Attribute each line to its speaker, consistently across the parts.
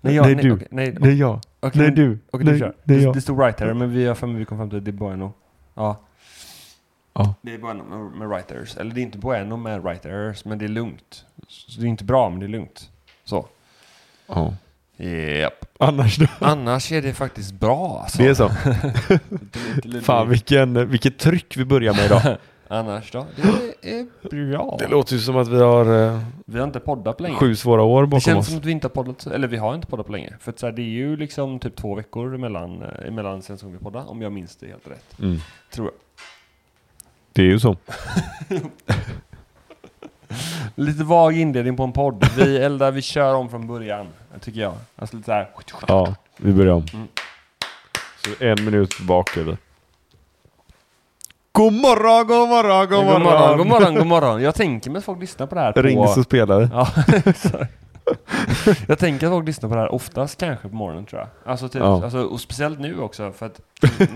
Speaker 1: Nej, jag,
Speaker 2: Nej,
Speaker 1: nej,
Speaker 2: du.
Speaker 1: okej, nej,
Speaker 2: Det är jag.
Speaker 1: okej,
Speaker 2: Nej,
Speaker 1: men-
Speaker 2: du.
Speaker 1: okej,
Speaker 2: Nej,
Speaker 1: du kör.
Speaker 2: det är
Speaker 1: det,
Speaker 2: jag.
Speaker 1: det stod right här, men vi har för mig vi kom fram till att det är Bueno. Ja.
Speaker 2: Ja.
Speaker 1: Det är Bueno med, med writers. Eller det är inte Bueno med writers, men det är lugnt. Så det är inte bra, men det är lugnt. Så.
Speaker 2: Ja.
Speaker 1: Japp.
Speaker 2: Annars då?
Speaker 1: Annars är det faktiskt bra. Alltså.
Speaker 2: Det är så.
Speaker 1: Lite, lite, lite.
Speaker 2: Fan vilken, vilket tryck vi börjar med idag.
Speaker 1: Annars då? Det är bra.
Speaker 2: Det låter ju som att vi har eh,
Speaker 1: Vi har inte poddat på länge.
Speaker 2: sju svåra år
Speaker 1: Det
Speaker 2: bakom
Speaker 1: känns
Speaker 2: oss.
Speaker 1: som att vi inte har poddat, så- eller vi har inte poddat på länge. För att så här, det är ju liksom typ två veckor emellan, eh, emellan sen som vi poddade, om jag minns det helt rätt.
Speaker 2: Mm.
Speaker 1: Tror jag.
Speaker 2: Det är ju så.
Speaker 1: Lite vag inledning på en podd. Vi eldar, vi kör om från början, tycker jag. Alltså lite så här.
Speaker 2: Ja, vi börjar om.
Speaker 1: Mm.
Speaker 2: Så en minut bak eller? God morgon, god morgon, god morgon!
Speaker 1: god morgon, god morgon. Jag tänker mig att folk lyssnar på det här på...
Speaker 2: Ring så spelar vi.
Speaker 1: Ja, exakt. Jag tänker att folk lyssnar på det här oftast kanske på morgonen tror jag. Alltså typ,
Speaker 2: Ja.
Speaker 1: alltså, och speciellt nu också för att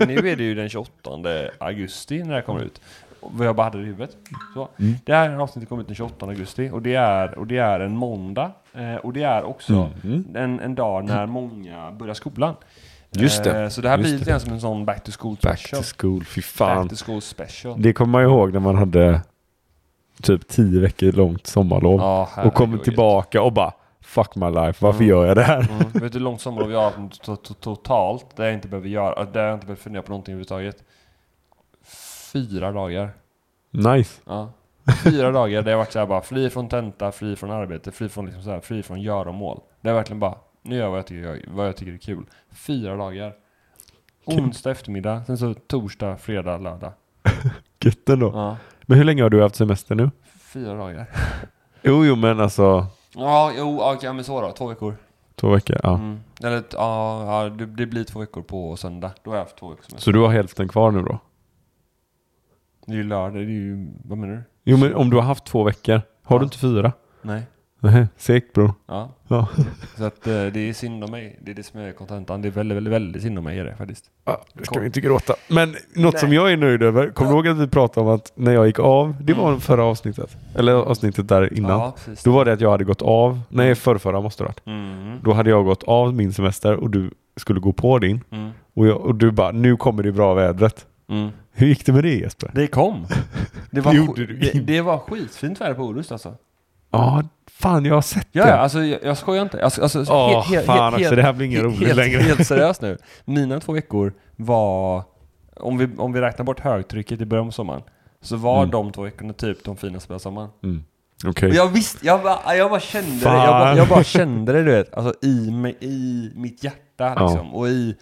Speaker 1: nu är det ju den 28 augusti när det här kommer ut. Vad jag bara hade i huvudet. Så.
Speaker 2: Mm.
Speaker 1: Det här avsnittet kommer ut den 28 augusti och det är, och det är en måndag. Eh, och det är också
Speaker 2: Mm.
Speaker 1: en, en dag när många börjar skolan.
Speaker 2: Just det.
Speaker 1: Eh, så det här
Speaker 2: Just
Speaker 1: blir
Speaker 2: det.
Speaker 1: lite grann som en sån back to school
Speaker 2: Back
Speaker 1: special.
Speaker 2: to school, fy fan. Mm.
Speaker 1: Back to school special.
Speaker 2: Det kommer man ju ihåg när man hade typ tio veckor långt sommarlov.
Speaker 1: Ja,
Speaker 2: och kommer
Speaker 1: herregud.
Speaker 2: tillbaka och bara Fuck my life, varför
Speaker 1: Mm.
Speaker 2: gör jag det här?
Speaker 1: Mm. Vet du hur långt sommarlov jag har haft to- to- totalt? Där jag inte behöver göra, där jag inte behöver fundera på någonting överhuvudtaget. Fyra dagar.
Speaker 2: Nice.
Speaker 1: Ja. Fyra dagar där jag varit såhär bara fri från tenta, fri från arbete, fri från liksom så här, fri från göromål. Där jag verkligen bara, nu gör jag vad jag tycker, jag, vad jag tycker är kul. Fyra dagar. Onsdag eftermiddag, sen så torsdag, fredag, lördag.
Speaker 2: Gött ändå.
Speaker 1: Ja.
Speaker 2: Men hur länge har du haft semester nu?
Speaker 1: Fyra dagar.
Speaker 2: Jo, jo, men alltså
Speaker 1: Ja, jo, ja, okej, men så då. Två veckor.
Speaker 2: två veckor. Ja.
Speaker 1: Mm. Eller t- ja, ja, det, det blir två veckor på söndag. Då har jag haft två veckor semester.
Speaker 2: Så du har hälften kvar nu då?
Speaker 1: Det är ju lördag, det är ju, vad menar du?
Speaker 2: Jo, men om du har haft två veckor, har
Speaker 1: Ja.
Speaker 2: du inte fyra?
Speaker 1: Nej.
Speaker 2: Nej, segt bror.
Speaker 1: Ja,
Speaker 2: Ja.
Speaker 1: så att eh, det är synd om mig. Det är det som är kontentan. Det är väldigt, väldigt, väldigt synd om mig är det faktiskt.
Speaker 2: Ja, nu ska vi inte gråta. Men något som jag är nöjd över, kom du ihåg att vi pratade om att när jag gick av, det var förra avsnittet, eller avsnittet där innan.
Speaker 1: Mm. Ja, precis.
Speaker 2: Då var det att jag hade gått av, nej förrförra måste det ha varit.
Speaker 1: Mm,
Speaker 2: Då hade jag gått av min semester och du skulle gå på din.
Speaker 1: mm,
Speaker 2: Och, jag, och du bara, nu kommer det bra vädret.
Speaker 1: mm.
Speaker 2: Hur gick det med det Jesper?
Speaker 1: Det kom. Det var,
Speaker 2: Det
Speaker 1: sk-
Speaker 2: gjorde du
Speaker 1: det,
Speaker 2: inte.
Speaker 1: det var skitfint väder på Orust alltså.
Speaker 2: Ja, fan jag har sett
Speaker 1: Ja,
Speaker 2: det.
Speaker 1: ja alltså jag, jag skojar inte. Alltså, alltså,
Speaker 2: Åh, fan också, det här blir ingen roligt
Speaker 1: helt,
Speaker 2: längre.
Speaker 1: Helt seriöst nu. Mina två veckor var, om vi, om vi räknar bort högtrycket i början på sommaren, så var
Speaker 2: Mm.
Speaker 1: de två veckorna typ de finaste på sommaren.
Speaker 2: Mm. Okej.
Speaker 1: Och Jag visste, jag bara, jag bara kände det. Jag bara,
Speaker 2: Fan.
Speaker 1: jag bara kände det du vet. Alltså i, mig, i mitt hjärta
Speaker 2: Ja.
Speaker 1: liksom. Och i,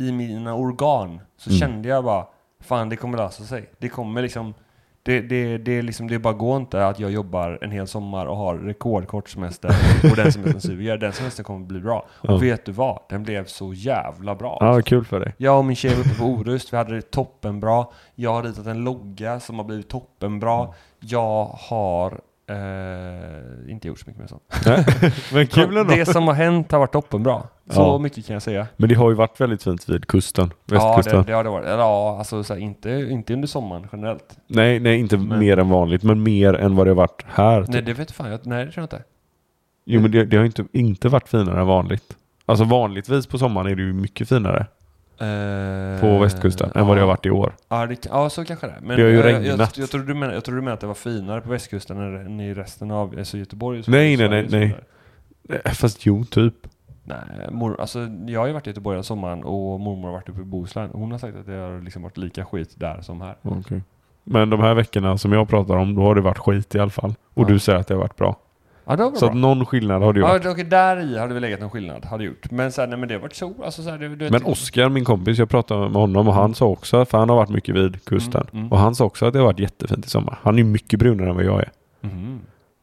Speaker 1: i mina organ. Så
Speaker 2: Mm.
Speaker 1: kände jag bara, fan det kommer lösa sig. Det kommer liksom, det, det, det, är liksom, det bara går inte att jag jobbar en hel sommar och har rekordkort semester. Och den semestern suger. Den semestern kommer bli bra. Och
Speaker 2: Ja.
Speaker 1: vet du vad? Den blev så jävla bra.
Speaker 2: Ja, kul för dig.
Speaker 1: Jag och min tjej var uppe på Orust, vi hade det toppenbra. Jag har ritat en logga som har blivit
Speaker 2: Mm.
Speaker 1: toppenbra. Jag har eh, inte gjort så mycket mer sånt.
Speaker 2: Men kul ändå.
Speaker 1: Det som har hänt har varit toppenbra. Så
Speaker 2: Ja.
Speaker 1: mycket kan jag säga.
Speaker 2: Men det har ju varit väldigt fint vid kusten,
Speaker 1: Ja,
Speaker 2: västkusten.
Speaker 1: det, det har det varit. Eller ja, alltså så här, inte, inte under sommaren generellt.
Speaker 2: Nej, nej, inte
Speaker 1: Men-
Speaker 2: mer än vanligt, men mer än vad det har varit här. typ.
Speaker 1: Nej, det vet fan jag. Nej, det tror jag inte.
Speaker 2: Jo, men det, det har ju inte, inte varit finare än vanligt. Alltså vanligtvis på sommaren är det ju mycket finare
Speaker 1: Eh,
Speaker 2: på västkusten än vad det har varit i år.
Speaker 1: Ja, det, ja så kanske det är. Men
Speaker 2: Det har ju
Speaker 1: jag, jag, jag,
Speaker 2: regnat.
Speaker 1: jag, tror du menar, jag tror du menar att det var finare på västkusten än, än i resten av alltså Göteborg. och så-
Speaker 2: Nej, nej,
Speaker 1: Sverige och
Speaker 2: nej,
Speaker 1: så
Speaker 2: nej.
Speaker 1: där.
Speaker 2: Eh, Fast jo, typ.
Speaker 1: Nej, mor, alltså, jag har ju varit i Göteborg den sommaren och mormor har varit uppe i Bohuslän. Hon har sagt att det har liksom varit lika skit där som här.
Speaker 2: Mm. Men de här veckorna som jag pratar om, då har det varit skit i alla fall. Och
Speaker 1: Ja.
Speaker 2: du säger att det har varit bra.
Speaker 1: Ja, det var väl
Speaker 2: Så att
Speaker 1: bra.
Speaker 2: någon skillnad har det ju
Speaker 1: Ja,
Speaker 2: varit.
Speaker 1: det- okej, där i hade vi legat någon skillnad, hade gjort. Men så här, nej men det har varit så, alltså så här, det, du vet-
Speaker 2: Men Oskar, min kompis, jag pratade med honom och han sa också, för han har varit mycket vid kusten.
Speaker 1: Mm, mm.
Speaker 2: Och han sa också att det har varit jättefint i sommar. Han är ju mycket brunare än vad jag är.
Speaker 1: Mhm.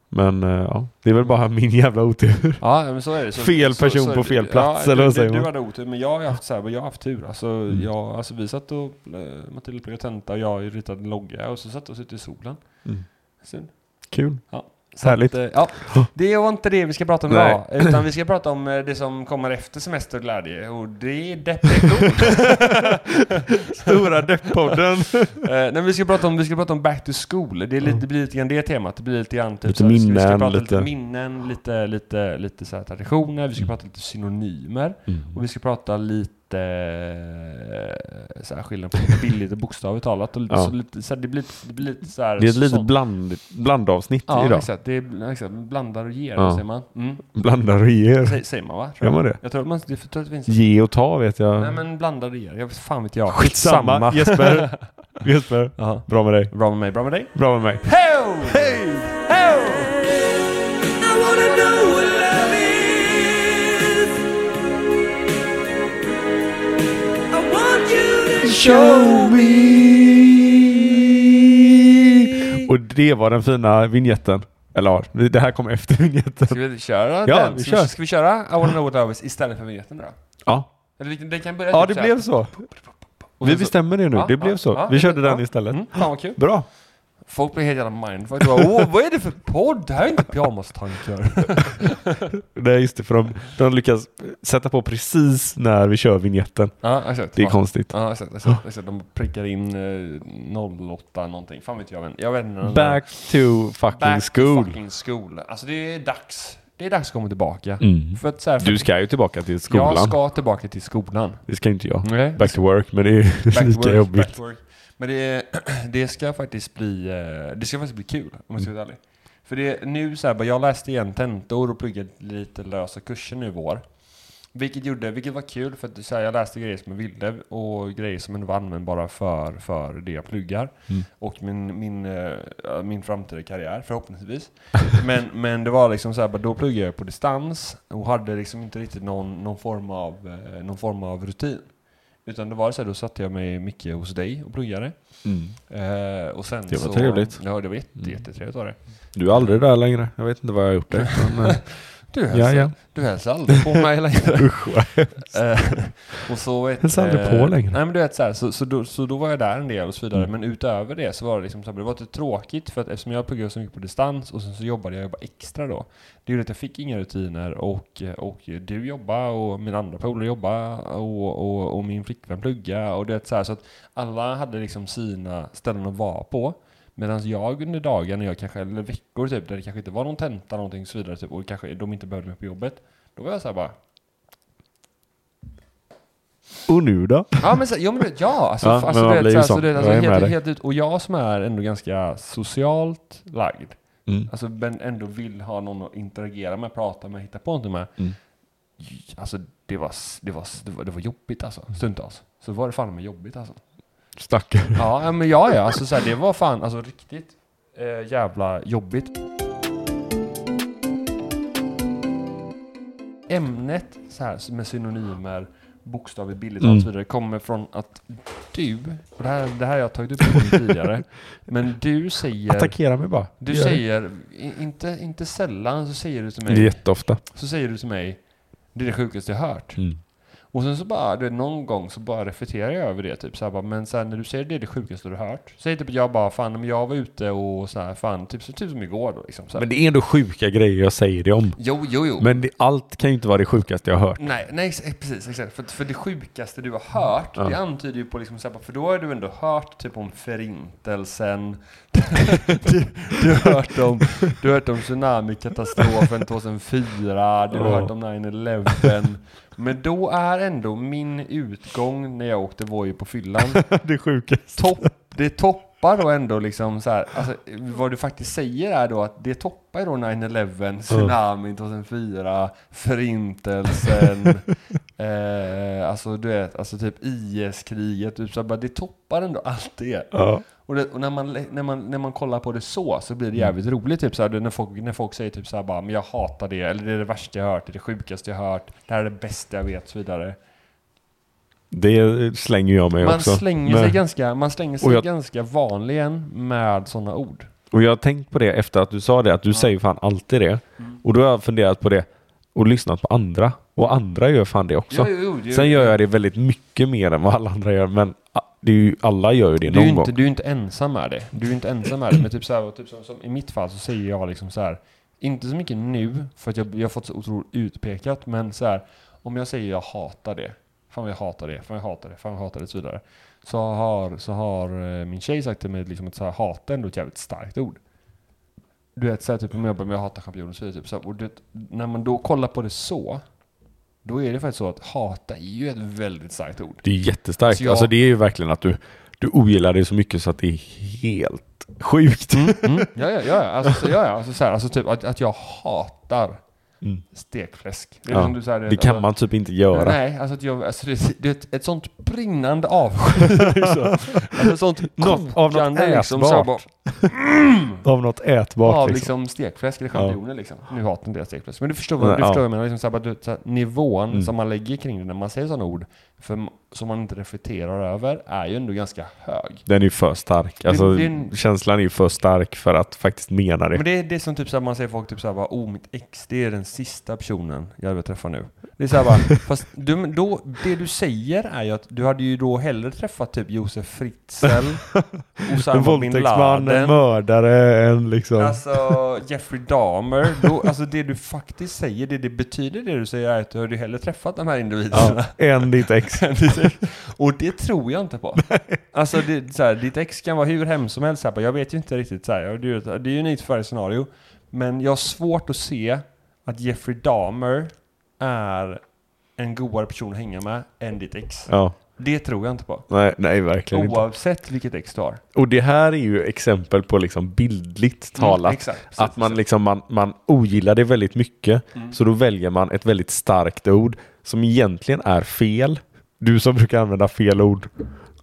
Speaker 2: Men eh, ja, det är väl bara min jävla otur.
Speaker 1: Ja, men så är det. Så,
Speaker 2: Fel person på fel plats, eller vad
Speaker 1: du,
Speaker 2: säger
Speaker 1: du,
Speaker 2: man? Mm.
Speaker 1: du hade otur, men jag har ju haft, så här, jag har haft tur. Alltså, jag, alltså vi satt och, eh, Matilda pluggade tenta och jag ritade en logga och så satt vi oss ute i solen.
Speaker 2: Mm.
Speaker 1: Sen,
Speaker 2: Kul.
Speaker 1: Mm. Så
Speaker 2: Härligt.
Speaker 1: Att, eh, ja, det var inte det vi ska prata om
Speaker 2: Nej.
Speaker 1: idag. Utan vi ska prata om eh, det som kommer efter semester och glädje. Och det är depression.
Speaker 2: Stora depp-podden.
Speaker 1: Eh, nej, vi ska prata om, vi ska prata om back to school. Det, är lite, det blir lite grann det temat. Det blir lite grann typ
Speaker 2: Lite
Speaker 1: så här, Vi ska
Speaker 2: minnen,
Speaker 1: prata lite
Speaker 2: lite- Mm.
Speaker 1: minnen, lite, lite, lite så här traditioner. Vi ska prata lite synonymer. Och vi ska prata lite eh, så här, skillnad på billigt och bokstavligt talat. Och lite,
Speaker 2: Ja.
Speaker 1: så, lite, så här, det, blir, lite- det blir lite så här...
Speaker 2: Det är ett litet
Speaker 1: sånt.
Speaker 2: bland, blandavsnitt
Speaker 1: Ja,
Speaker 2: idag.
Speaker 1: exakt. Det är, exakt. Blandar och ger,
Speaker 2: Ja.
Speaker 1: säger man. Mm.
Speaker 2: Blandar och ger.
Speaker 1: Säger, säger man va? Tror
Speaker 2: Gör
Speaker 1: jag.
Speaker 2: man det?
Speaker 1: Jag tror att man... Det, jag tror att det finns...
Speaker 2: Ge och ta vet jag.
Speaker 1: Nej men blandar och ger. Jag vet fan vet jag.
Speaker 2: Skitsamma. Jesper. Jesper.
Speaker 1: Jaha.
Speaker 2: Bra med dig.
Speaker 1: Bra med mig, bra med dig.
Speaker 2: Bra med mig.
Speaker 1: Hej! Hej! Hej!
Speaker 3: I wanna know what love is. I want you to
Speaker 2: Show me! Och det var den fina vignetten. Eller ja, det här kom efter vignetten.
Speaker 1: Ska vi köra
Speaker 2: Ja,
Speaker 1: den?
Speaker 2: vi
Speaker 1: Ska
Speaker 2: kör.
Speaker 1: vi, ska vi köra I wanna know what love is istället för vignetten då?
Speaker 2: Ja,
Speaker 1: Eller vi- den kan börja
Speaker 2: ja
Speaker 1: typ
Speaker 2: det
Speaker 1: så här.
Speaker 2: blev så.
Speaker 1: Och
Speaker 2: Vi
Speaker 1: sen så-
Speaker 2: bestämmer det nu.
Speaker 1: Ja,
Speaker 2: Det
Speaker 1: ja,
Speaker 2: blev
Speaker 1: ja,
Speaker 2: så. Vi körde
Speaker 1: ja.
Speaker 2: den istället.
Speaker 1: Mm, fan vad kul.
Speaker 2: Bra.
Speaker 1: Folk blir helt jävla mindfuck. Bara, Åh, vad är det för podd? Det här är inte pyjamastankar.
Speaker 2: Nej, just det. För de, de lyckas sätta på precis när vi kör vignetten.
Speaker 1: ja, exakt.
Speaker 2: Det är
Speaker 1: Ja.
Speaker 2: konstigt.
Speaker 1: Ja, exakt, exakt, exakt. De prickar in eh, 08 någonting. Fan vet jag. Men jag vet inte. Den där-
Speaker 2: Back to fucking
Speaker 1: Mm. Back to
Speaker 2: school.
Speaker 1: fucking school. Alltså det är dags. Det är dags att komma tillbaka.
Speaker 2: Mm.
Speaker 1: För att så här, för
Speaker 2: Du ska ju tillbaka till skolan.
Speaker 1: jag ska tillbaka till skolan.
Speaker 2: Det ska inte jag.
Speaker 1: Nej.
Speaker 2: Back to work, men det är ju
Speaker 1: Back to
Speaker 2: lika
Speaker 1: work,
Speaker 2: jobbigt.
Speaker 1: back to work. Men det, det ska faktiskt bli eh, Det ska faktiskt bli kul om jag ska
Speaker 2: Mm.
Speaker 1: vara ärlig. För det nu så här, bara, jag läste igen tentor och pluggade lite lösa kurser nu i vår. Vilket gjorde, vilket var kul för att så här, jag läste grejer som jag ville och grejer som inte var användbara för, för det jag pluggar.
Speaker 2: Mm.
Speaker 1: Och min, min, eh, min framtida karriär förhoppningsvis. men, men det var liksom så här, bara, då pluggade jag på distans och hade liksom inte riktigt någon, någon, form, av, eh, någon form av rutin. Utan det var så här, då satte jag mig mycket hos dig och pluggade. Eh, och sen
Speaker 2: Det var
Speaker 1: så,
Speaker 2: trevligt. Mm.
Speaker 1: Ja, det var jätte, jättetrevligt var det.
Speaker 2: Du är aldrig där längre. Jag vet inte vad jag har gjort det. Men, eh,
Speaker 1: Du hälsar,
Speaker 2: ja, ja.
Speaker 1: Du hälsar aldrig på mig längre.
Speaker 2: Usch, vad hemskt.
Speaker 1: Eh, och så vet,
Speaker 2: Hälsar aldrig på längre. Mm.
Speaker 1: Nej men du vet så, här, så, så, då, så då var jag där en del och så vidare. Men utöver det så var det liksom så här, det var lite tråkigt för att eftersom jag pluggade så mycket på distans och sen så jobbade jag jobba extra då. Det gjorde att jag fick inga rutiner och, och du jobba och min andra polare jobba och, och, och min flickvän plugga och det är så här så att alla hade liksom sina ställen att vara på. Medan jag under dagen, när jag kanske, eller veckor typ, där det kanske inte var någon tenta någonting och så vidare typ, och kanske de inte behövde mig på jobbet. Då var jag så här bara,
Speaker 2: Och nu då?
Speaker 1: Ja men, så, ja, men du vet, ja, alltså,
Speaker 2: Ja,
Speaker 1: f- alltså
Speaker 2: men man
Speaker 1: du
Speaker 2: blir
Speaker 1: vet,
Speaker 2: ju
Speaker 1: så, alltså,
Speaker 2: sån.
Speaker 1: du vet, alltså,
Speaker 2: Jag är med
Speaker 1: helt,
Speaker 2: dig.
Speaker 1: helt ut. Och jag som är ändå ganska socialt lagd,
Speaker 2: Mm.
Speaker 1: alltså men ändå vill ha någon att interagera med, prata med, hitta på någonting med.
Speaker 2: Mm.
Speaker 1: Alltså det var, s- det var, s- det var, det var jobbigt alltså, stundtals. Så var det fan med jobbigt alltså.
Speaker 2: Stackare.
Speaker 1: Ja, ja, men ja, ja, alltså så här, det var fan, alltså riktigt eh, jävla jobbigt. Ämnet så här med synonymer, bokstäver, bilder och allt
Speaker 2: Mm.
Speaker 1: vidare kommer från att du, och det här, det här har jag tagit upp tidigare, men du säger,
Speaker 2: Attackera mig bara.
Speaker 1: du
Speaker 2: Gör det.
Speaker 1: säger, i- inte, inte sällan så säger du till
Speaker 2: Det är
Speaker 1: mig,
Speaker 2: jätteofta. Mm.
Speaker 1: så säger du till mig, det är det sjukaste jag hört. Och sen så bara, du vet, någon gång så bara reflekterar jag över det typ så här, bara, men sen när du säger det är det sjukaste du har hört. Säg typ att jag bara, fan men jag var ute och så här, fan, typ, så, typ som igår då liksom. Så här.
Speaker 2: Men det är ändå sjuka grejer jag säger det om.
Speaker 1: jo, jo, jo.
Speaker 2: Men det, allt kan ju inte vara det sjukaste jag har hört.
Speaker 1: Nej, nej, ex- eh, precis. Exakt. För, för det sjukaste du har hört, det antyder ju på liksom så här, bara, för då har du ändå hört typ om förintelsen, du, du, har hört om, du har hört om tsunamikatastrofen 2004, du har
Speaker 2: Ja.
Speaker 1: hört om 9-11. Men då är ändå min utgång när jag åkte Voi på fyllan,
Speaker 2: Det sjukaste.
Speaker 1: topp, det toppar då ändå liksom så här, alltså, vad du faktiskt säger är då att det toppar då 9-11, tsunamin 2004, förintelsen, eh, alltså du vet, alltså typ IS-kriget, typ så här, bara, det toppar ändå allt det.
Speaker 2: Ja.
Speaker 1: Och, det, och när, man, lä- när, man, när man kollar på det så, så blir det jävligt roligt. Typ så här, när, folk, när folk säger typ så här bara, men jag hatar det, eller det är det värsta jag hört, det är det sjukaste jag hört, det här är det bästa jag vet, och så vidare.
Speaker 2: Det slänger jag mig
Speaker 1: Man
Speaker 2: också.
Speaker 1: slänger, sig
Speaker 2: Men-
Speaker 1: ganska, man slänger sig
Speaker 2: Och jag-
Speaker 1: ganska vanligen med sådana ord.
Speaker 2: Och jag har tänkt på det efter att du sa det, att du säger fan alltid det.
Speaker 1: Mm.
Speaker 2: Och då har jag funderat på det och lyssnat på andra. Och andra gör fan det också.
Speaker 1: Jo, jo, jo,
Speaker 2: Sen
Speaker 1: jo.
Speaker 2: gör jag det väldigt mycket mer än vad alla andra gör. Men ah, det är ju, alla gör ju
Speaker 1: Du
Speaker 2: det
Speaker 1: är,
Speaker 2: någon
Speaker 1: ju inte,
Speaker 2: gång.
Speaker 1: du är ju inte ensam med det. Du är ju inte ensam med det. Men typ så här, och typ som, som, i mitt fall så säger jag liksom så här. Inte så mycket nu, för att jag, jag har fått så otroligt utpekat, men så här, om jag säger jag hatar det, fan vad jag hatar det, fan jag hatar det, fan jag hatar det och så vidare. Så har, så har eh, min tjej sagt till mig liksom att så här, hata är ändå ett jävligt starkt ord. Du vet, så här, typ om jag bara, men jag hatar champinjoner så är det typ så här, och du vet, när man då kollar på det så, då är det faktiskt så att hata är ju ett väldigt starkt ord.
Speaker 2: Det är jättestarkt.
Speaker 1: Så jag-
Speaker 2: Alltså det är ju verkligen att du, du ogillar det så mycket så att det är helt sjukt.
Speaker 1: Mm, Ja, ja, ja, ja. Alltså, så, ja, ja. Alltså, så här, alltså typ att, att jag hatar
Speaker 2: Mm.
Speaker 1: stekfläsk. Det, är
Speaker 2: Ja.
Speaker 1: liksom du, så här,
Speaker 2: Det kan man typ inte göra.
Speaker 1: Nej, alltså, att jag, alltså det, det är ett, ett sånt brinnande avsky. liksom. alltså, ett sånt
Speaker 2: Något av något
Speaker 1: kokande liksom. Så här, bara,
Speaker 2: Av något ätbart
Speaker 1: av
Speaker 2: liksom.
Speaker 1: liksom stekfläsk eller champinjoner liksom. Nu hatar inte jag stekfläsk. Men du förstår vad,
Speaker 2: Nej,
Speaker 1: du förstår
Speaker 2: ja.
Speaker 1: vad jag menar. Liksom, så här, bara, du, vet, så här, nivån
Speaker 2: Mm.
Speaker 1: som man lägger kring det när man säger sådana ord, för, m- som man inte reflekterar över, är ju ändå ganska hög.
Speaker 2: Den är ju för stark. Alltså,
Speaker 1: Det- det är en-
Speaker 2: Känslan är ju för stark för att faktiskt mena det.
Speaker 1: Men det är det är som typ såhär, man säger folk typ såhär bara, oh mitt ex det är den sista personen jag vill träffa nu. Det är såhär bara, fast du, men då, det du säger är ju att du hade ju då hellre träffat typ Josef Fritzl,
Speaker 2: En
Speaker 1: Osama bin
Speaker 2: våldtäktsman, en
Speaker 1: Laden,
Speaker 2: mördare, en liksom...
Speaker 1: alltså Jeffrey Dahmer. Då, alltså det du faktiskt säger, det det betyder det du säger är att du hade ju hellre träffat de här individerna.
Speaker 2: ja, en ditt ex.
Speaker 1: Och det tror jag inte på. Alltså, det, så här, ditt ex kan vara hur hemskt som helst. Så här, bara, jag vet ju inte riktigt. Så här, och det, är ju ett- det är ju unikt för varje scenario. Men jag har svårt att se att Jeffrey Dahmer är en godare person att hänga med än ditt ex.
Speaker 2: Ja,
Speaker 1: Det tror jag inte på.
Speaker 2: nej, nej verkligen inte.
Speaker 1: Oavsett vilket ex du har.
Speaker 2: Och det här är ju exempel på liksom bildligt talat.
Speaker 1: Mm, exakt, Mm. precis,
Speaker 2: att man,
Speaker 1: precis.
Speaker 2: liksom, man, man ogillar det väldigt mycket. Så då väljer man ett väldigt starkt ord som egentligen är fel. Du som brukar använda fel ord.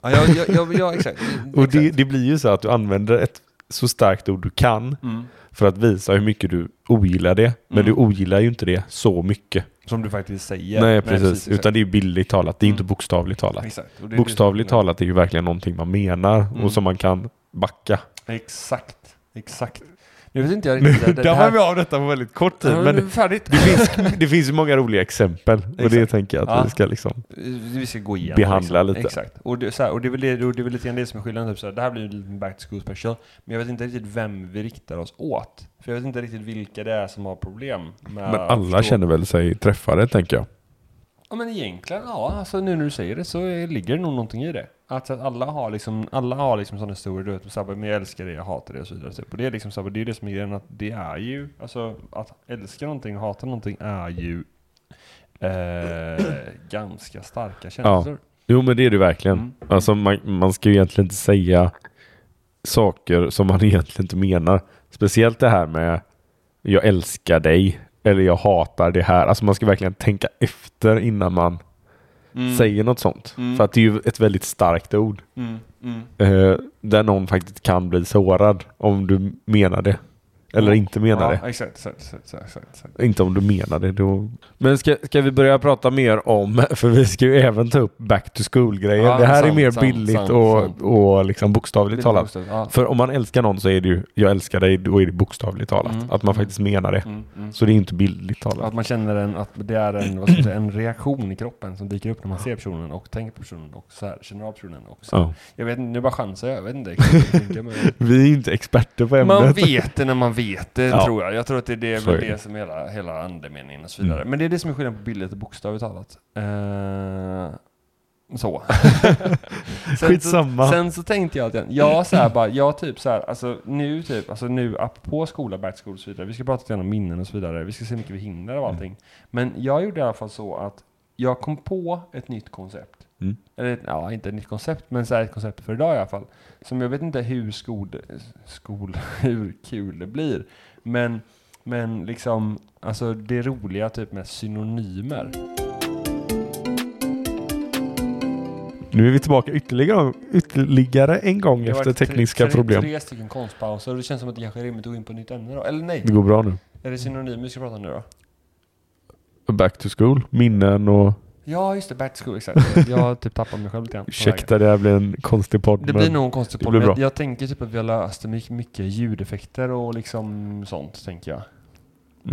Speaker 1: Ja, jag, jag, jag, jag, exakt.
Speaker 2: Och det, det blir ju så att du använder ett så starkt ord du kan
Speaker 1: Mm.
Speaker 2: för att visa hur mycket du ogillar det. Men du ogillar ju inte det så mycket.
Speaker 1: Som du faktiskt säger.
Speaker 2: nej, precis.
Speaker 1: exakt. Mm.
Speaker 2: Utan det är ju bildligt talat. Det är inte bokstavligt talat.
Speaker 1: Exakt. Och det är Mm. det-
Speaker 2: Bokstavligt talat är ju verkligen någonting man menar och som man kan backa.
Speaker 1: Exakt. Exakt. Nu vet inte jag riktigt. det- det
Speaker 2: Där
Speaker 1: här-
Speaker 2: var vi av detta på väldigt kort tid.
Speaker 1: Ja,
Speaker 2: men
Speaker 1: nu är
Speaker 2: det,
Speaker 1: vi färdigt.
Speaker 2: finns, det finns ju många roliga exempel. Och det
Speaker 1: Exakt.
Speaker 2: tänker jag att
Speaker 1: Ja.
Speaker 2: vi ska liksom...
Speaker 1: vi ska gå igenom.
Speaker 2: Behandla
Speaker 1: liksom.
Speaker 2: lite.
Speaker 1: Exakt. Och det, så här, och det är väl det- och det är väl lite grann det som är skillnaden. Typ, så här, det här blir ju en liten back to school special. Men jag vet inte riktigt vem vi riktar oss åt. För jag vet inte riktigt vilka det är som har problem med
Speaker 2: Men
Speaker 1: att
Speaker 2: alla
Speaker 1: förstå-
Speaker 2: känner väl sig träffade, tänker jag.
Speaker 1: Ja men egentligen, ja. Alltså nu när du säger det så är, ligger det nog någonting i det. Att, att alla har liksom, alla har liksom sådana historier, du vet, så här, bara, men jag älskar det, jag hatar det och så vidare. Typ. Och det är liksom så här, bara, det är det som är grejen, att det är ju, alltså att älska någonting och hata någonting är ju eh, ganska starka känslor.
Speaker 2: Jo, men det är det verkligen. Alltså, man, man ska ju egentligen inte säga saker som man egentligen inte menar. Speciellt det här med jag älskar dig eller jag hatar det här. Alltså man ska verkligen tänka efter innan man säger något sånt. För att det är ju ett väldigt starkt ord.
Speaker 1: Mm, mm.
Speaker 2: eh, där någon faktiskt kan bli sårad om du menar det. Eller inte menar
Speaker 1: ja,
Speaker 2: det.
Speaker 1: Exakt, exakt, exakt, exakt, exakt.
Speaker 2: Inte om du menar det. Då... Men ska, ska vi börja prata mer om, för vi ska ju även ta upp back to school-grejen.
Speaker 1: Ja,
Speaker 2: det här är
Speaker 1: sant,
Speaker 2: mer
Speaker 1: sant,
Speaker 2: billigt
Speaker 1: sant,
Speaker 2: och,
Speaker 1: sant.
Speaker 2: och liksom bokstavligt talat.
Speaker 1: Ja.
Speaker 2: För om man älskar någon så är det ju, jag älskar dig, då är det bokstavligt talat.
Speaker 1: Mm.
Speaker 2: Att man faktiskt menar det.
Speaker 1: Mm, mm.
Speaker 2: Så det är inte bildligt talat.
Speaker 1: Att man känner en, att det är en, vad ska man säga, en reaktion i kroppen som dyker upp när man ser personen och tänker på personen och så här, känner av personen. Och så. här.
Speaker 2: Ja.
Speaker 1: Jag vet inte, nu bara chansar jag. Jag vet inte exakt vad jag tänker, men-
Speaker 2: Vi är ju inte experter på ämnet.
Speaker 1: Man vet det när man vet det,
Speaker 2: Ja.
Speaker 1: tror jag. Jag tror att det är det,
Speaker 2: Så är
Speaker 1: väl
Speaker 2: det. Mm.
Speaker 1: det som är hela, hela andemeningen och så vidare. Men det är det som är skillnaden på bildligt och bokstavligt talat. Eh, så. sen,
Speaker 2: Skitsamma.
Speaker 1: så. sen så tänkte jag att jag, jag så här bara, jag typ så här, alltså nu typ, alltså nu på skola, back to school och så vidare. Vi ska prata lite grann om minnen och så vidare. Vi ska se hur mycket vi hinner av
Speaker 2: Mm.
Speaker 1: allting. Men jag gjorde i alla fall så att jag kom på ett nytt koncept.
Speaker 2: Mm.
Speaker 1: Eller ett- ja, inte ett nytt koncept, men så här ett koncept för idag i alla fall. Som jag vet inte hur skol, skol hur kul det blir. Men, men liksom, alltså det roliga typ med synonymer.
Speaker 2: Nu är vi tillbaka ytterligare, ytterligare en gång
Speaker 1: Det har
Speaker 2: efter
Speaker 1: varit tre-
Speaker 2: tekniska
Speaker 1: tre,
Speaker 2: problem.
Speaker 1: Tre stycken konstpauser och det känns som att det kanske är rimligt att gå in på ett nytt ämne då. Eller nej,
Speaker 2: Det går bra nu.
Speaker 1: är det synonymer vi ska prata om nu då?
Speaker 2: Back to school, minnen och...
Speaker 1: Ja, just det, back to school, exakt. Jag har typ tappat mig själv lite grann. på vägen.
Speaker 2: Ursäkta, det här blir en konstig podd.
Speaker 1: Det
Speaker 2: men-
Speaker 1: blir nog en konstig
Speaker 2: det
Speaker 1: podd.
Speaker 2: blir
Speaker 1: men
Speaker 2: bra.
Speaker 1: Jag, jag tänker typ att vi har löst det mycket, mycket ljudeffekter och liksom sånt, tänker jag.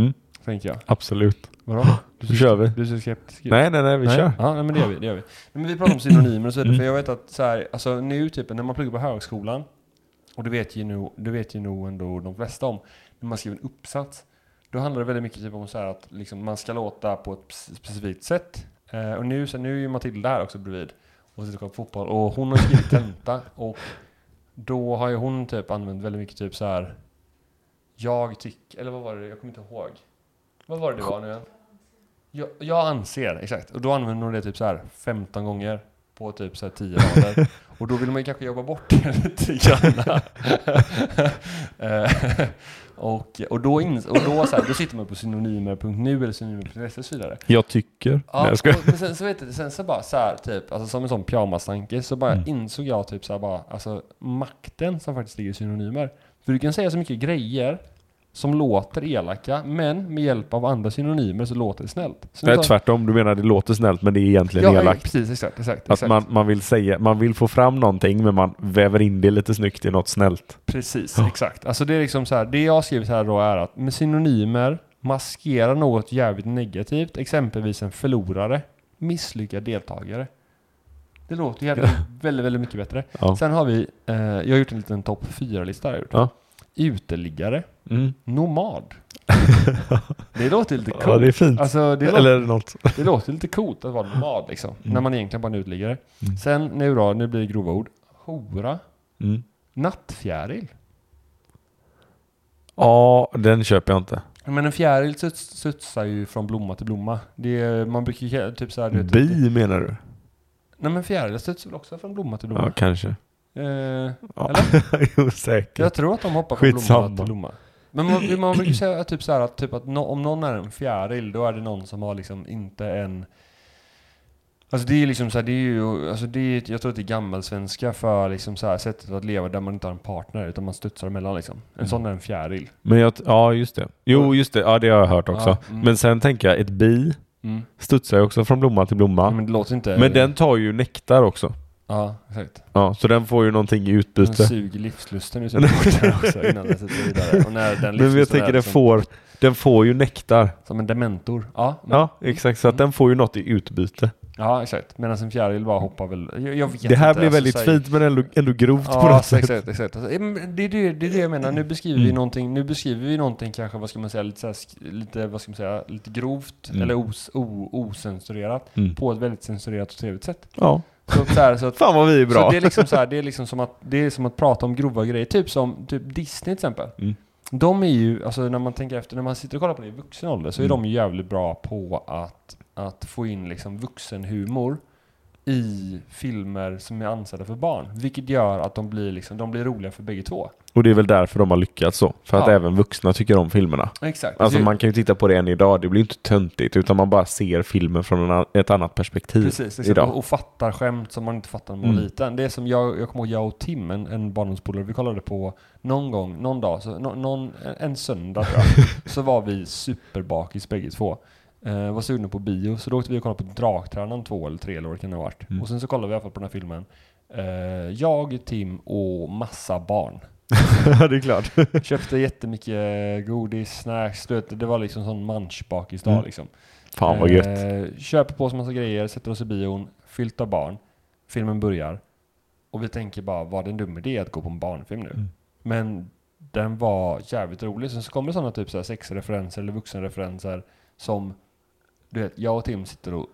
Speaker 2: Mm,
Speaker 1: Tänker jag.
Speaker 2: absolut.
Speaker 1: Vadå? Du
Speaker 2: Då kör vi.
Speaker 1: Du ser skeptisk ut.
Speaker 2: Nej, nej, nej, vi
Speaker 1: Nej.
Speaker 2: kör. Mm.
Speaker 1: Ja, nej, men det gör vi. Det gör vi. Nej, men vi pratar om synonymer och så vidare, för jag vet att så här, alltså, nu typ, när man pluggar på högskolan, och det vet ju nog, det vet ju nog ändå de flesta om, när man skriver en uppsats Då handlar det väldigt mycket typ om så här att liksom man ska låta på ett spe- specifikt sätt. Eh, och nu, så nu är ju Matilda här också bredvid och sitter och kollar på fotboll och hon har skrivit tenta och då har ju hon typ använt väldigt mycket typ så här. Jag tycker, eller vad var det, jag kommer inte ihåg. Vad var det det var nu igen? Jag, jag anser, exakt. Och då använder hon det typ så här 15 gånger på typ så här 10 rader. Och då vill man ju kanske jobba bort det lite grann. Eh, och, och då, ins- och då, så här, då sitter man på synonymer.nu eller synonymer.se och så vidare.
Speaker 2: Jag tycker.
Speaker 1: Ja,
Speaker 2: Nej, jag skojar.
Speaker 1: och, men sen så vet du, sen så bara så här typ, alltså som en sån pyjamastanke så
Speaker 2: Mm.
Speaker 1: bara insåg jag typ så här bara, alltså makten som faktiskt ligger i synonymer. För du kan säga så mycket grejer som låter elaka, men med hjälp av andra synonymer så låter det snällt. Så nu
Speaker 2: Nej,
Speaker 1: tar-
Speaker 2: tvärtom. Du menar det låter snällt men det är egentligen
Speaker 1: ja,
Speaker 2: elakt.
Speaker 1: precis, exakt, exakt.
Speaker 2: Att
Speaker 1: exakt.
Speaker 2: man, man, vill säga, man vill få fram någonting men man väver in det lite snyggt i något snällt.
Speaker 1: Precis, exakt. Alltså det är liksom så här, det jag har skrivit här då är att med synonymer maskerar något jävligt negativt, exempelvis en förlorare, misslyckad deltagare. Det låter jävligt, väldigt, väldigt mycket bättre.
Speaker 2: Ja.
Speaker 1: Sen har vi, eh, jag har gjort en liten topp 4-lista här. jag har gjort.
Speaker 2: Ja.
Speaker 1: Uteliggare,
Speaker 2: Mm.
Speaker 1: nomad. det låter lite coolt.
Speaker 2: Ja, det är fint.
Speaker 1: Alltså, det, låter,
Speaker 2: Eller något.
Speaker 1: det låter lite coolt att vara nomad liksom,
Speaker 2: Mm.
Speaker 1: när man egentligen bara är en uteliggare.
Speaker 2: Mm.
Speaker 1: Sen nu då, nu blir det grova ord. Hora,
Speaker 2: Mm.
Speaker 1: nattfjäril.
Speaker 2: Ja, den köper jag inte.
Speaker 1: Men en fjäril suts- studsar ju från blomma till blomma. Det är, man brukar ju typ såhär... du vet-
Speaker 2: Bi menar du?
Speaker 1: Nej men fjärilar studsar väl också från blomma till
Speaker 2: Ja,
Speaker 1: blomma?
Speaker 2: kanske.
Speaker 1: Eh,
Speaker 2: Ja.
Speaker 1: Eller?
Speaker 2: jo, säkert.
Speaker 1: Jag tror att de hoppar från blomma
Speaker 2: Skitsamma.
Speaker 1: till blomma. Men man, man brukar ju säga typ såhär att, typ att nå- om någon är en fjäril då är det någon som har liksom inte en... Alltså det är liksom såhär, det är ju, alltså det är, jag tror att det är gammelsvenska för liksom såhär sättet att leva där man inte har en partner utan man studsar emellan liksom. En
Speaker 2: Mm.
Speaker 1: sån är en fjäril.
Speaker 2: Men jag, ja, just det. Jo, just det. Ja, det har jag hört också.
Speaker 1: Ja, mm.
Speaker 2: Men sen tänker jag, ett bi
Speaker 1: Mm.
Speaker 2: studsar ju också från blomma till blomma.
Speaker 1: Men det låter inte...
Speaker 2: Men den tar ju nektar också.
Speaker 1: Ja, exakt.
Speaker 2: Ja, så den får ju någonting i
Speaker 1: Den
Speaker 2: utbyte.
Speaker 1: suger livslusten ur sin partner också innan den sätter vidare. Och när den
Speaker 2: Men jag
Speaker 1: livslusten
Speaker 2: tänker
Speaker 1: är
Speaker 2: den
Speaker 1: liksom som,
Speaker 2: får, den får ju nektar.
Speaker 1: som en dementor. Ja, men, ja. Mm.
Speaker 2: Ja, exakt. Så att den får ju något i utbyte.
Speaker 1: exakt. Medan en fjäril bara hoppar väl. Jag, jag vet
Speaker 2: Det här
Speaker 1: inte,
Speaker 2: blir
Speaker 1: alltså,
Speaker 2: väldigt
Speaker 1: så här-
Speaker 2: fint men ändå, ändå grovt på
Speaker 1: Ja,
Speaker 2: något
Speaker 1: exakt, exakt,
Speaker 2: sätt.
Speaker 1: exakt. Alltså, eh, men det, är det, det är det jag menar. Nu beskriver vi
Speaker 2: Mm.
Speaker 1: någonting, nu beskriver vi någonting kanske, vad ska man säga, lite, så här, sk- lite, vad ska man säga, lite grovt
Speaker 2: Mm.
Speaker 1: eller os, o, osensurerat
Speaker 2: Mm.
Speaker 1: på ett väldigt censurerat och trevligt sätt.
Speaker 2: Ja.
Speaker 1: Så, att så, här, så att
Speaker 2: Fan vad vi är bra.
Speaker 1: Så det är liksom så här, det är liksom som att, det är som att prata om grova grejer. Typ som typ Disney till exempel.
Speaker 2: Mm.
Speaker 1: De är ju, alltså när man tänker efter, när man sitter och kollar på det i vuxen ålder så är
Speaker 2: Mm.
Speaker 1: de ju jävligt bra på att, att få in liksom vuxenhumor i filmer som är ansedda för barn. Vilket gör att de blir, liksom, de blir roliga för bägge två.
Speaker 2: Och det är väl därför de har lyckats så. För att
Speaker 1: Ja.
Speaker 2: även vuxna tycker om filmerna.
Speaker 1: Exakt.
Speaker 2: Alltså man kan ju titta på det än idag. Det blir ju inte töntigt utan man bara ser filmen från en, a- ett annat perspektiv.
Speaker 1: Precis, exakt.
Speaker 2: idag.
Speaker 1: Och, och fattar skämt som man inte fattar när man var
Speaker 2: Mm.
Speaker 1: liten. Det är som jag, jag kommer ihåg jag och Tim, en, en barndomspolare, vi kollade på någon gång, någon dag, så, nå- någon, en- en söndag tror jag, så var vi superbakis bägge två. Eh, var sugna på bio, så då åkte vi och kollade på Draktränaren två eller tre eller vad det kan ha varit.
Speaker 2: Mm.
Speaker 1: Och sen så kollade vi i alla fall på den här filmen. Eh, jag, Tim och massa barn.
Speaker 2: Ja, det är klart.
Speaker 1: Köpte jättemycket godis, snacks, du vet, det var liksom sån manschbakisdag
Speaker 2: Mm.
Speaker 1: liksom.
Speaker 2: Fan vad gött.
Speaker 1: Eh, köper på oss massa grejer, sätter oss i bion, fyllt av barn. Filmen börjar. Och vi tänker bara, var det en dum idé att gå på en barnfilm nu?
Speaker 2: Mm.
Speaker 1: Men den var jävligt rolig. Sen så kommer det sådana typ så här sexreferenser eller vuxenreferenser som, du vet, jag och Tim sitter och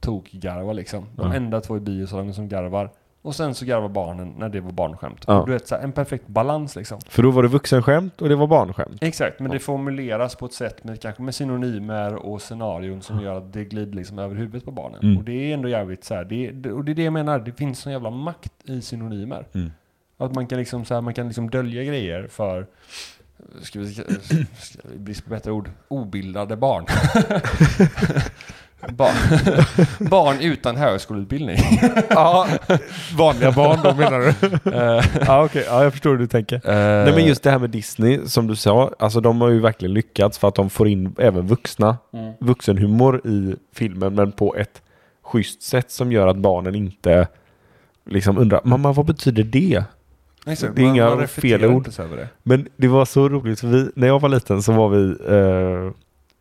Speaker 1: tokgarvar liksom. De
Speaker 2: Ja.
Speaker 1: enda två i biosalongen som garvar. Och sen så garvar barnen när det var barnskämt.
Speaker 2: Ja.
Speaker 1: Du vet, så här, en perfekt balans liksom.
Speaker 2: För då var det vuxenskämt och det var barnskämt.
Speaker 1: Exakt, men
Speaker 2: Ja.
Speaker 1: det formuleras på ett sätt med kanske med synonymer och scenarion som gör att det glider liksom över huvudet på barnen.
Speaker 2: Mm.
Speaker 1: Och det är ändå jävligt så här, det, det- och det är det jag menar, det finns sån jävla makt i synonymer.
Speaker 2: Mm.
Speaker 1: Att man kan liksom, så här, man kan liksom dölja grejer för, ska vi, ska, ska, i brist på bättre ord, obildade barn. barn, barn utan högskoleutbildning.
Speaker 2: Ja, vanliga barn då menar du?
Speaker 1: Eh,
Speaker 2: ja, okej. Ja, jag förstår hur du tänker. Eh. Nej, men just det här med Disney, som du sa, alltså de har ju verkligen lyckats för att de får in även vuxna,
Speaker 1: Mm.
Speaker 2: vuxenhumor i filmen, men på ett schysst sätt som gör att barnen inte liksom undrar, mamma vad betyder det?
Speaker 1: Exakt,
Speaker 2: det är
Speaker 1: man-
Speaker 2: inga
Speaker 1: man reflekterar
Speaker 2: fel ord.
Speaker 1: inte så över det.
Speaker 2: Men det var så roligt, för vi, när jag var liten så var vi eh,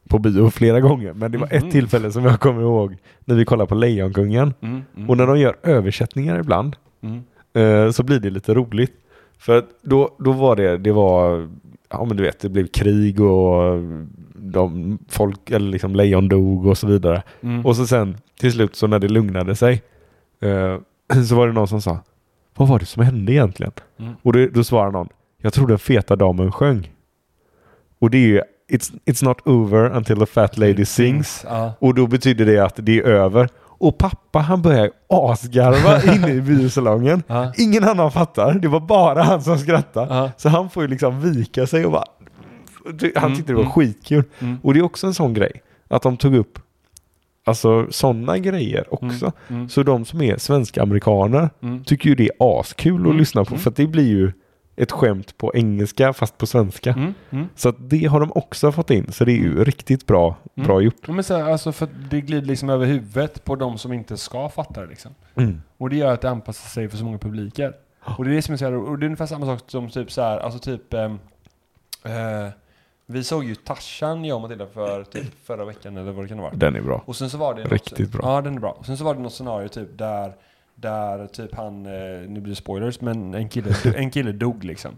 Speaker 2: på bio flera gånger, men det var
Speaker 1: Mhm.
Speaker 2: ett tillfälle som jag kommer ihåg när vi kollade på Lejonkungen.
Speaker 1: Mm, mm,
Speaker 2: Och när de gör översättningar ibland,
Speaker 1: mm.
Speaker 2: Eh, så blir det lite roligt. För att då, då var det, det var ja men du vet, det blev krig och de, folk, eller liksom lejon dog och så vidare.
Speaker 1: Mm.
Speaker 2: Och så sen till slut så när det lugnade sig eh, så var det någon som sa Vad var det som hände egentligen?
Speaker 1: Mm.
Speaker 2: Och det, då svarade någon Jag tror den feta damen sjöng. Och det är ju it's, it's not over until the fat lady sings.
Speaker 1: Mm. Ja.
Speaker 2: Och då betyder det att det är över. Och pappa han börjar asgarva inne i biosalongen.
Speaker 1: Ja.
Speaker 2: Ingen annan fattar. Det var bara han som skrattade.
Speaker 1: Ja.
Speaker 2: Så han får ju liksom vika sig och bara... Han
Speaker 1: Mm,
Speaker 2: tyckte det var
Speaker 1: mm.
Speaker 2: skitkul.
Speaker 1: Mm.
Speaker 2: Och det är också en sån grej. Att de tog upp alltså sådana grejer också.
Speaker 1: Mm.
Speaker 2: Så de som är svenska amerikaner
Speaker 1: Mm.
Speaker 2: tycker ju det är askul att
Speaker 1: Mm,
Speaker 2: lyssna på.
Speaker 1: mm.
Speaker 2: För att det blir ju ett skämt på engelska fast på svenska.
Speaker 1: Mm. Mm.
Speaker 2: Så att det har de också fått in. Så det är ju riktigt bra,
Speaker 1: Mm.
Speaker 2: bra gjort.
Speaker 1: Ja, Men så här, alltså för att det glider liksom över huvudet på de som inte ska fatta det liksom.
Speaker 2: Mm.
Speaker 1: Och det gör att det anpassar sig för så många publiker. Och det är det som är så här, och det är ungefär samma sak som typ så här, alltså typ ehm, eh, Vi såg ju Tarzan, jag och Matilda, för typ förra veckan eller vad det kan vara.
Speaker 2: Den är bra.
Speaker 1: Och sen så var det...
Speaker 2: Riktigt bra.
Speaker 1: Ja, den är bra. Och sen så var det något scenario typ där, där typ han, eh, nu blir det spoilers, men en kille, en kille dog liksom.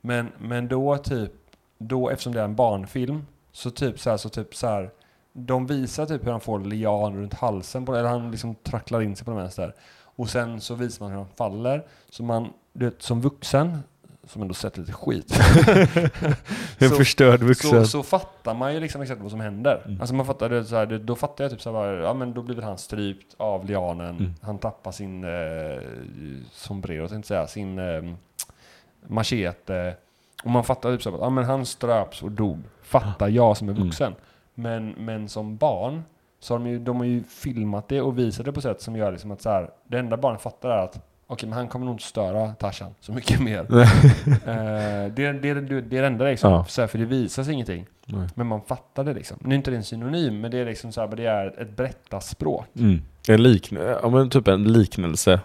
Speaker 1: Men, men då typ, då eftersom det är en barnfilm, så typ så här, så typ så här, de visar typ hur han får lian runt halsen, på, eller han liksom tracklar in sig på den vänster. Och sen så visar man hur han faller. Så man, du vet, som vuxen, som ändå sett lite skit,
Speaker 2: En
Speaker 1: Så-
Speaker 2: förstörd
Speaker 1: så,
Speaker 2: vuxen.
Speaker 1: så fattar man ju liksom exakt vad som händer. Alltså man fattar det så här, det- då fattar jag typ så här, bara, ja men då blir väl han strypt av lianen, han tappar sin eh, sombrero, tänkte jag säga, sin eh, machete. Och man fattar typ så här, bara, ja men han ströps och dog, fattar jag som är vuxen. Men, men som barn, så har de, ju, de har ju filmat det och visat det på sätt som gör liksom att så här, det enda barnen fattar är att Okej, men han kommer nog inte störa Tarzan så mycket mer. Eh, det, det, det, det är det enda liksom.
Speaker 2: Ja.
Speaker 1: Så här, för det visas ingenting.
Speaker 2: Nej.
Speaker 1: Men man fattar det liksom. Nu är inte det en synonym, men det är liksom så här, men det är ett berättarspråk.
Speaker 2: Mm. En likn ja, men typ en liknelse.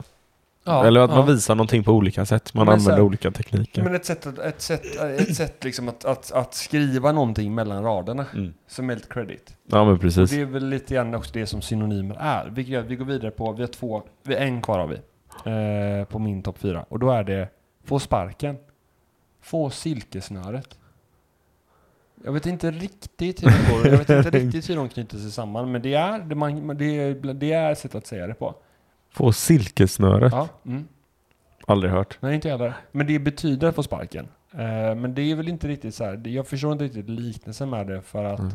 Speaker 2: Eller att man visar någonting på olika sätt. Man
Speaker 1: Men så
Speaker 2: använder
Speaker 1: här-
Speaker 2: olika tekniker.
Speaker 1: Men ett sätt, att, ett sätt, ett sätt liksom att, att, att skriva någonting mellan raderna
Speaker 2: Mm.
Speaker 1: som är lite credit.
Speaker 2: Ja men
Speaker 1: Och
Speaker 2: precis.
Speaker 1: det är väl lite grann också det som synonymer är. Vilket gör att vi går vidare på, vi har två, vi har en kvar har vi. Eh, på min topp fyra. Och då är det få sparken. Få silkesnöret. Jag vet inte riktigt hur det går. Jag vet inte riktigt hur de knyter sig samman. Men det är, det man, man- det är, det är sätt att säga det på.
Speaker 2: Få silkesnöret.
Speaker 1: Ja, mm.
Speaker 2: Aldrig hört.
Speaker 1: Nej, inte jag heller. Men det betyder att få sparken. Eh, men det är väl inte riktigt så här. det- Jag förstår inte riktigt liknelsen med det för att
Speaker 2: Mm.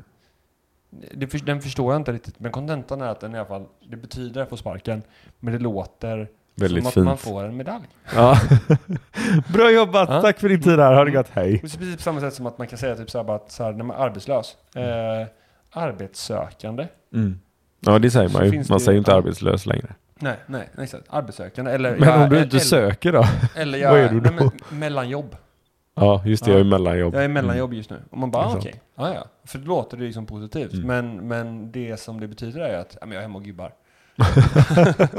Speaker 1: det, för- den förstår jag inte riktigt. Men kontentan är att den i alla fall, det betyder att få sparken. Men det låter
Speaker 2: Väldigt
Speaker 1: som att
Speaker 2: fint.
Speaker 1: man får en medalj.
Speaker 2: Ja. bra jobbat.
Speaker 1: Ja.
Speaker 2: Tack för din tid här. Ha det gott. Hej.
Speaker 1: Det är precis på samma sätt som att man kan säga typ så här, bara att så här, när man är arbetslös. Eh, arbetssökande.
Speaker 2: Mm. Ja det säger
Speaker 1: Så
Speaker 2: man ju. Man
Speaker 1: finns det-
Speaker 2: säger ju inte
Speaker 1: ja.
Speaker 2: arbetslös längre.
Speaker 1: Nej, nej, nej, exakt. Arbetssökande. Eller
Speaker 2: Men
Speaker 1: jag-
Speaker 2: om du inte
Speaker 1: eller,
Speaker 2: söker då?
Speaker 1: Eller jag,
Speaker 2: vad är du då?
Speaker 1: Nej, men, mellanjobb.
Speaker 2: Ja just det,
Speaker 1: Ja.
Speaker 2: jag är mellanjobb. Mm.
Speaker 1: Jag är mellanjobb just nu. Och man bara, ah,
Speaker 2: Exakt.
Speaker 1: okej. Ah, ja. För det låter det liksom positivt.
Speaker 2: Mm.
Speaker 1: Men, men det som det betyder är att ja, men jag är hemma och gibbar.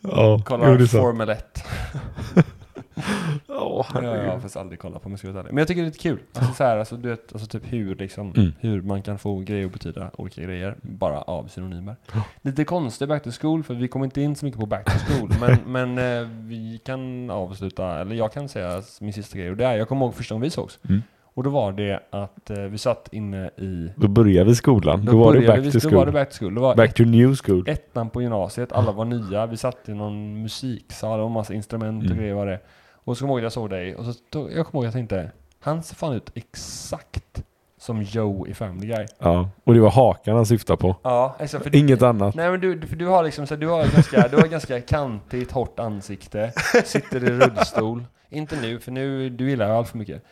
Speaker 2: Ja, jo, det
Speaker 1: Kollar
Speaker 2: är sant.
Speaker 1: Formel 1.
Speaker 2: Mm. Åh,
Speaker 1: Ja,
Speaker 2: herregud.
Speaker 1: jag har faktiskt aldrig kollat på om jag ska vara ärlig. Men jag tycker det är lite kul. Alltså, så här, alltså, du vet, alltså typ hur, liksom,
Speaker 2: Mm.
Speaker 1: hur man kan få grejer att betyda olika grejer bara av synonymer. Lite konstigt back to school, för vi kommer inte in så mycket på back to school. men men eh, vi kan avsluta, eller jag kan säga min sista grej. Och det är, jag kommer ihåg första gången vi sågs.
Speaker 2: Mm.
Speaker 1: Och då var det att eh, vi satt inne i
Speaker 2: Då börjar vi skolan. Då, var det
Speaker 1: började
Speaker 2: back
Speaker 1: vi-
Speaker 2: to
Speaker 1: Då var det
Speaker 2: school.
Speaker 1: back to school. Det var
Speaker 2: Back to new school.
Speaker 1: ettan på gymnasiet, alla var nya, vi satt i någon musiksal och massa instrument och
Speaker 2: Mm.
Speaker 1: grejer var det. Och så kommer jag ihåg jag såg dig och så tog, jag kommer ihåg jag tänkte, han ser fan ut exakt som Joe i Family Guy.
Speaker 2: Ja. Och det var hakan han syftade på.
Speaker 1: Ja, alltså för
Speaker 2: Inget annat.
Speaker 1: Nej men du, du- för du har liksom så här, du har ganska, du har ganska kantigt, hårt ansikte, sitter i rullstol. Inte nu, för nu, du gillar ju allt för mycket.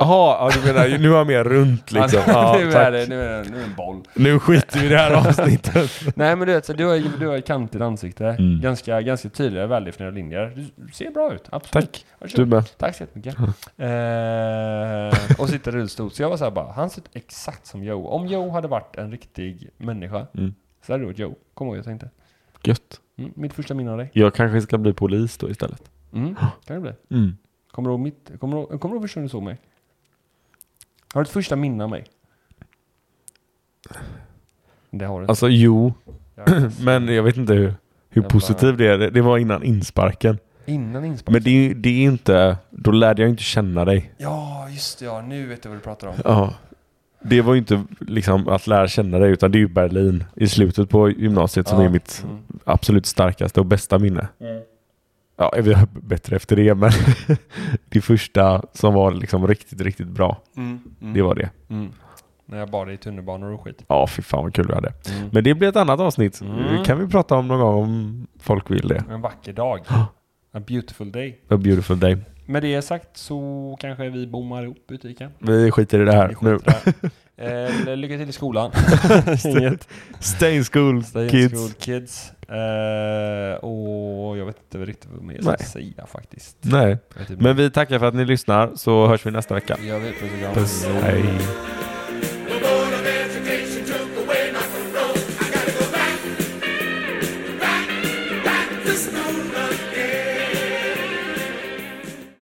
Speaker 2: Jaha, ja, du menar ju- nu har jag mer runt liksom. Ja,
Speaker 1: nu, är
Speaker 2: tack.
Speaker 1: det, nu är det, nu är det en boll.
Speaker 2: Nu skiter vi i det här avsnittet.
Speaker 1: Nej men du vet, så du har, ju- du har ju kantigt ansikte,
Speaker 2: Mm.
Speaker 1: ganska, ganska tydliga väldefinierade linjer. Du ser bra ut, absolut.
Speaker 2: Tack, du
Speaker 1: Varsågod.
Speaker 2: med.
Speaker 1: Tack så jättemycket. eh, och sitter i rullstol. Så jag var så här bara, han ser ut exakt som Joe. Om Joe hade varit en riktig människa,
Speaker 2: Mm.
Speaker 1: så hade det varit Joe. Kom ihåg jag tänkte.
Speaker 2: Gött.
Speaker 1: Mm, mitt första minne av dig.
Speaker 2: Jag kanske ska bli polis då istället.
Speaker 1: Mm, kan det bli.
Speaker 2: Mm.
Speaker 1: Kommer du ihåg mitt, kommer du, ihåg- kommer du ihåg första gången du såg mig? Har du ett första minne av mig? Det har du inte.
Speaker 2: Alltså jo,
Speaker 1: Jag-
Speaker 2: men jag vet inte hur, hur
Speaker 1: Jag
Speaker 2: positiv det är. Det var innan insparken.
Speaker 1: Innan insparken.
Speaker 2: Men det, är ju- det är inte, då lärde jag inte känna dig.
Speaker 1: Ja, just det, ja. Nu vet jag vad du pratar om.
Speaker 2: Ja. Det var ju inte liksom att lära känna dig utan det är ju Berlin i slutet på gymnasiet som
Speaker 1: Ja.
Speaker 2: är mitt
Speaker 1: Mm.
Speaker 2: absolut starkaste och bästa minne. Ja, vi har bättre efter det men det första som var liksom riktigt, riktigt bra,
Speaker 1: Mm. Mm.
Speaker 2: det var det.
Speaker 1: Mm. När jag badade i tunnelbanor och skit.
Speaker 2: Ja, fy fan vad kul vi hade.
Speaker 1: Mm.
Speaker 2: Men det blir ett annat avsnitt.
Speaker 1: Mm.
Speaker 2: Det kan vi prata om någon gång om folk vill det.
Speaker 1: En vacker dag. A beautiful day.
Speaker 2: A beautiful day.
Speaker 1: Med det sagt så kanske vi bommar ihop butiken.
Speaker 2: Vi skiter i det här
Speaker 1: Vi
Speaker 2: nu.
Speaker 1: skiter i det här. Eh, lycka till i skolan. Inget.
Speaker 2: Stay in school
Speaker 1: Stay in
Speaker 2: kids.
Speaker 1: School, kids. Eh, och jag vet inte riktigt vad mer jag ska
Speaker 2: Nej.
Speaker 1: säga faktiskt.
Speaker 2: Nej,
Speaker 1: Jag vet inte.
Speaker 2: men vi tackar för att ni lyssnar så hörs vi nästa vecka.
Speaker 1: Jag vet, puss och kram.
Speaker 2: Puss. Hej.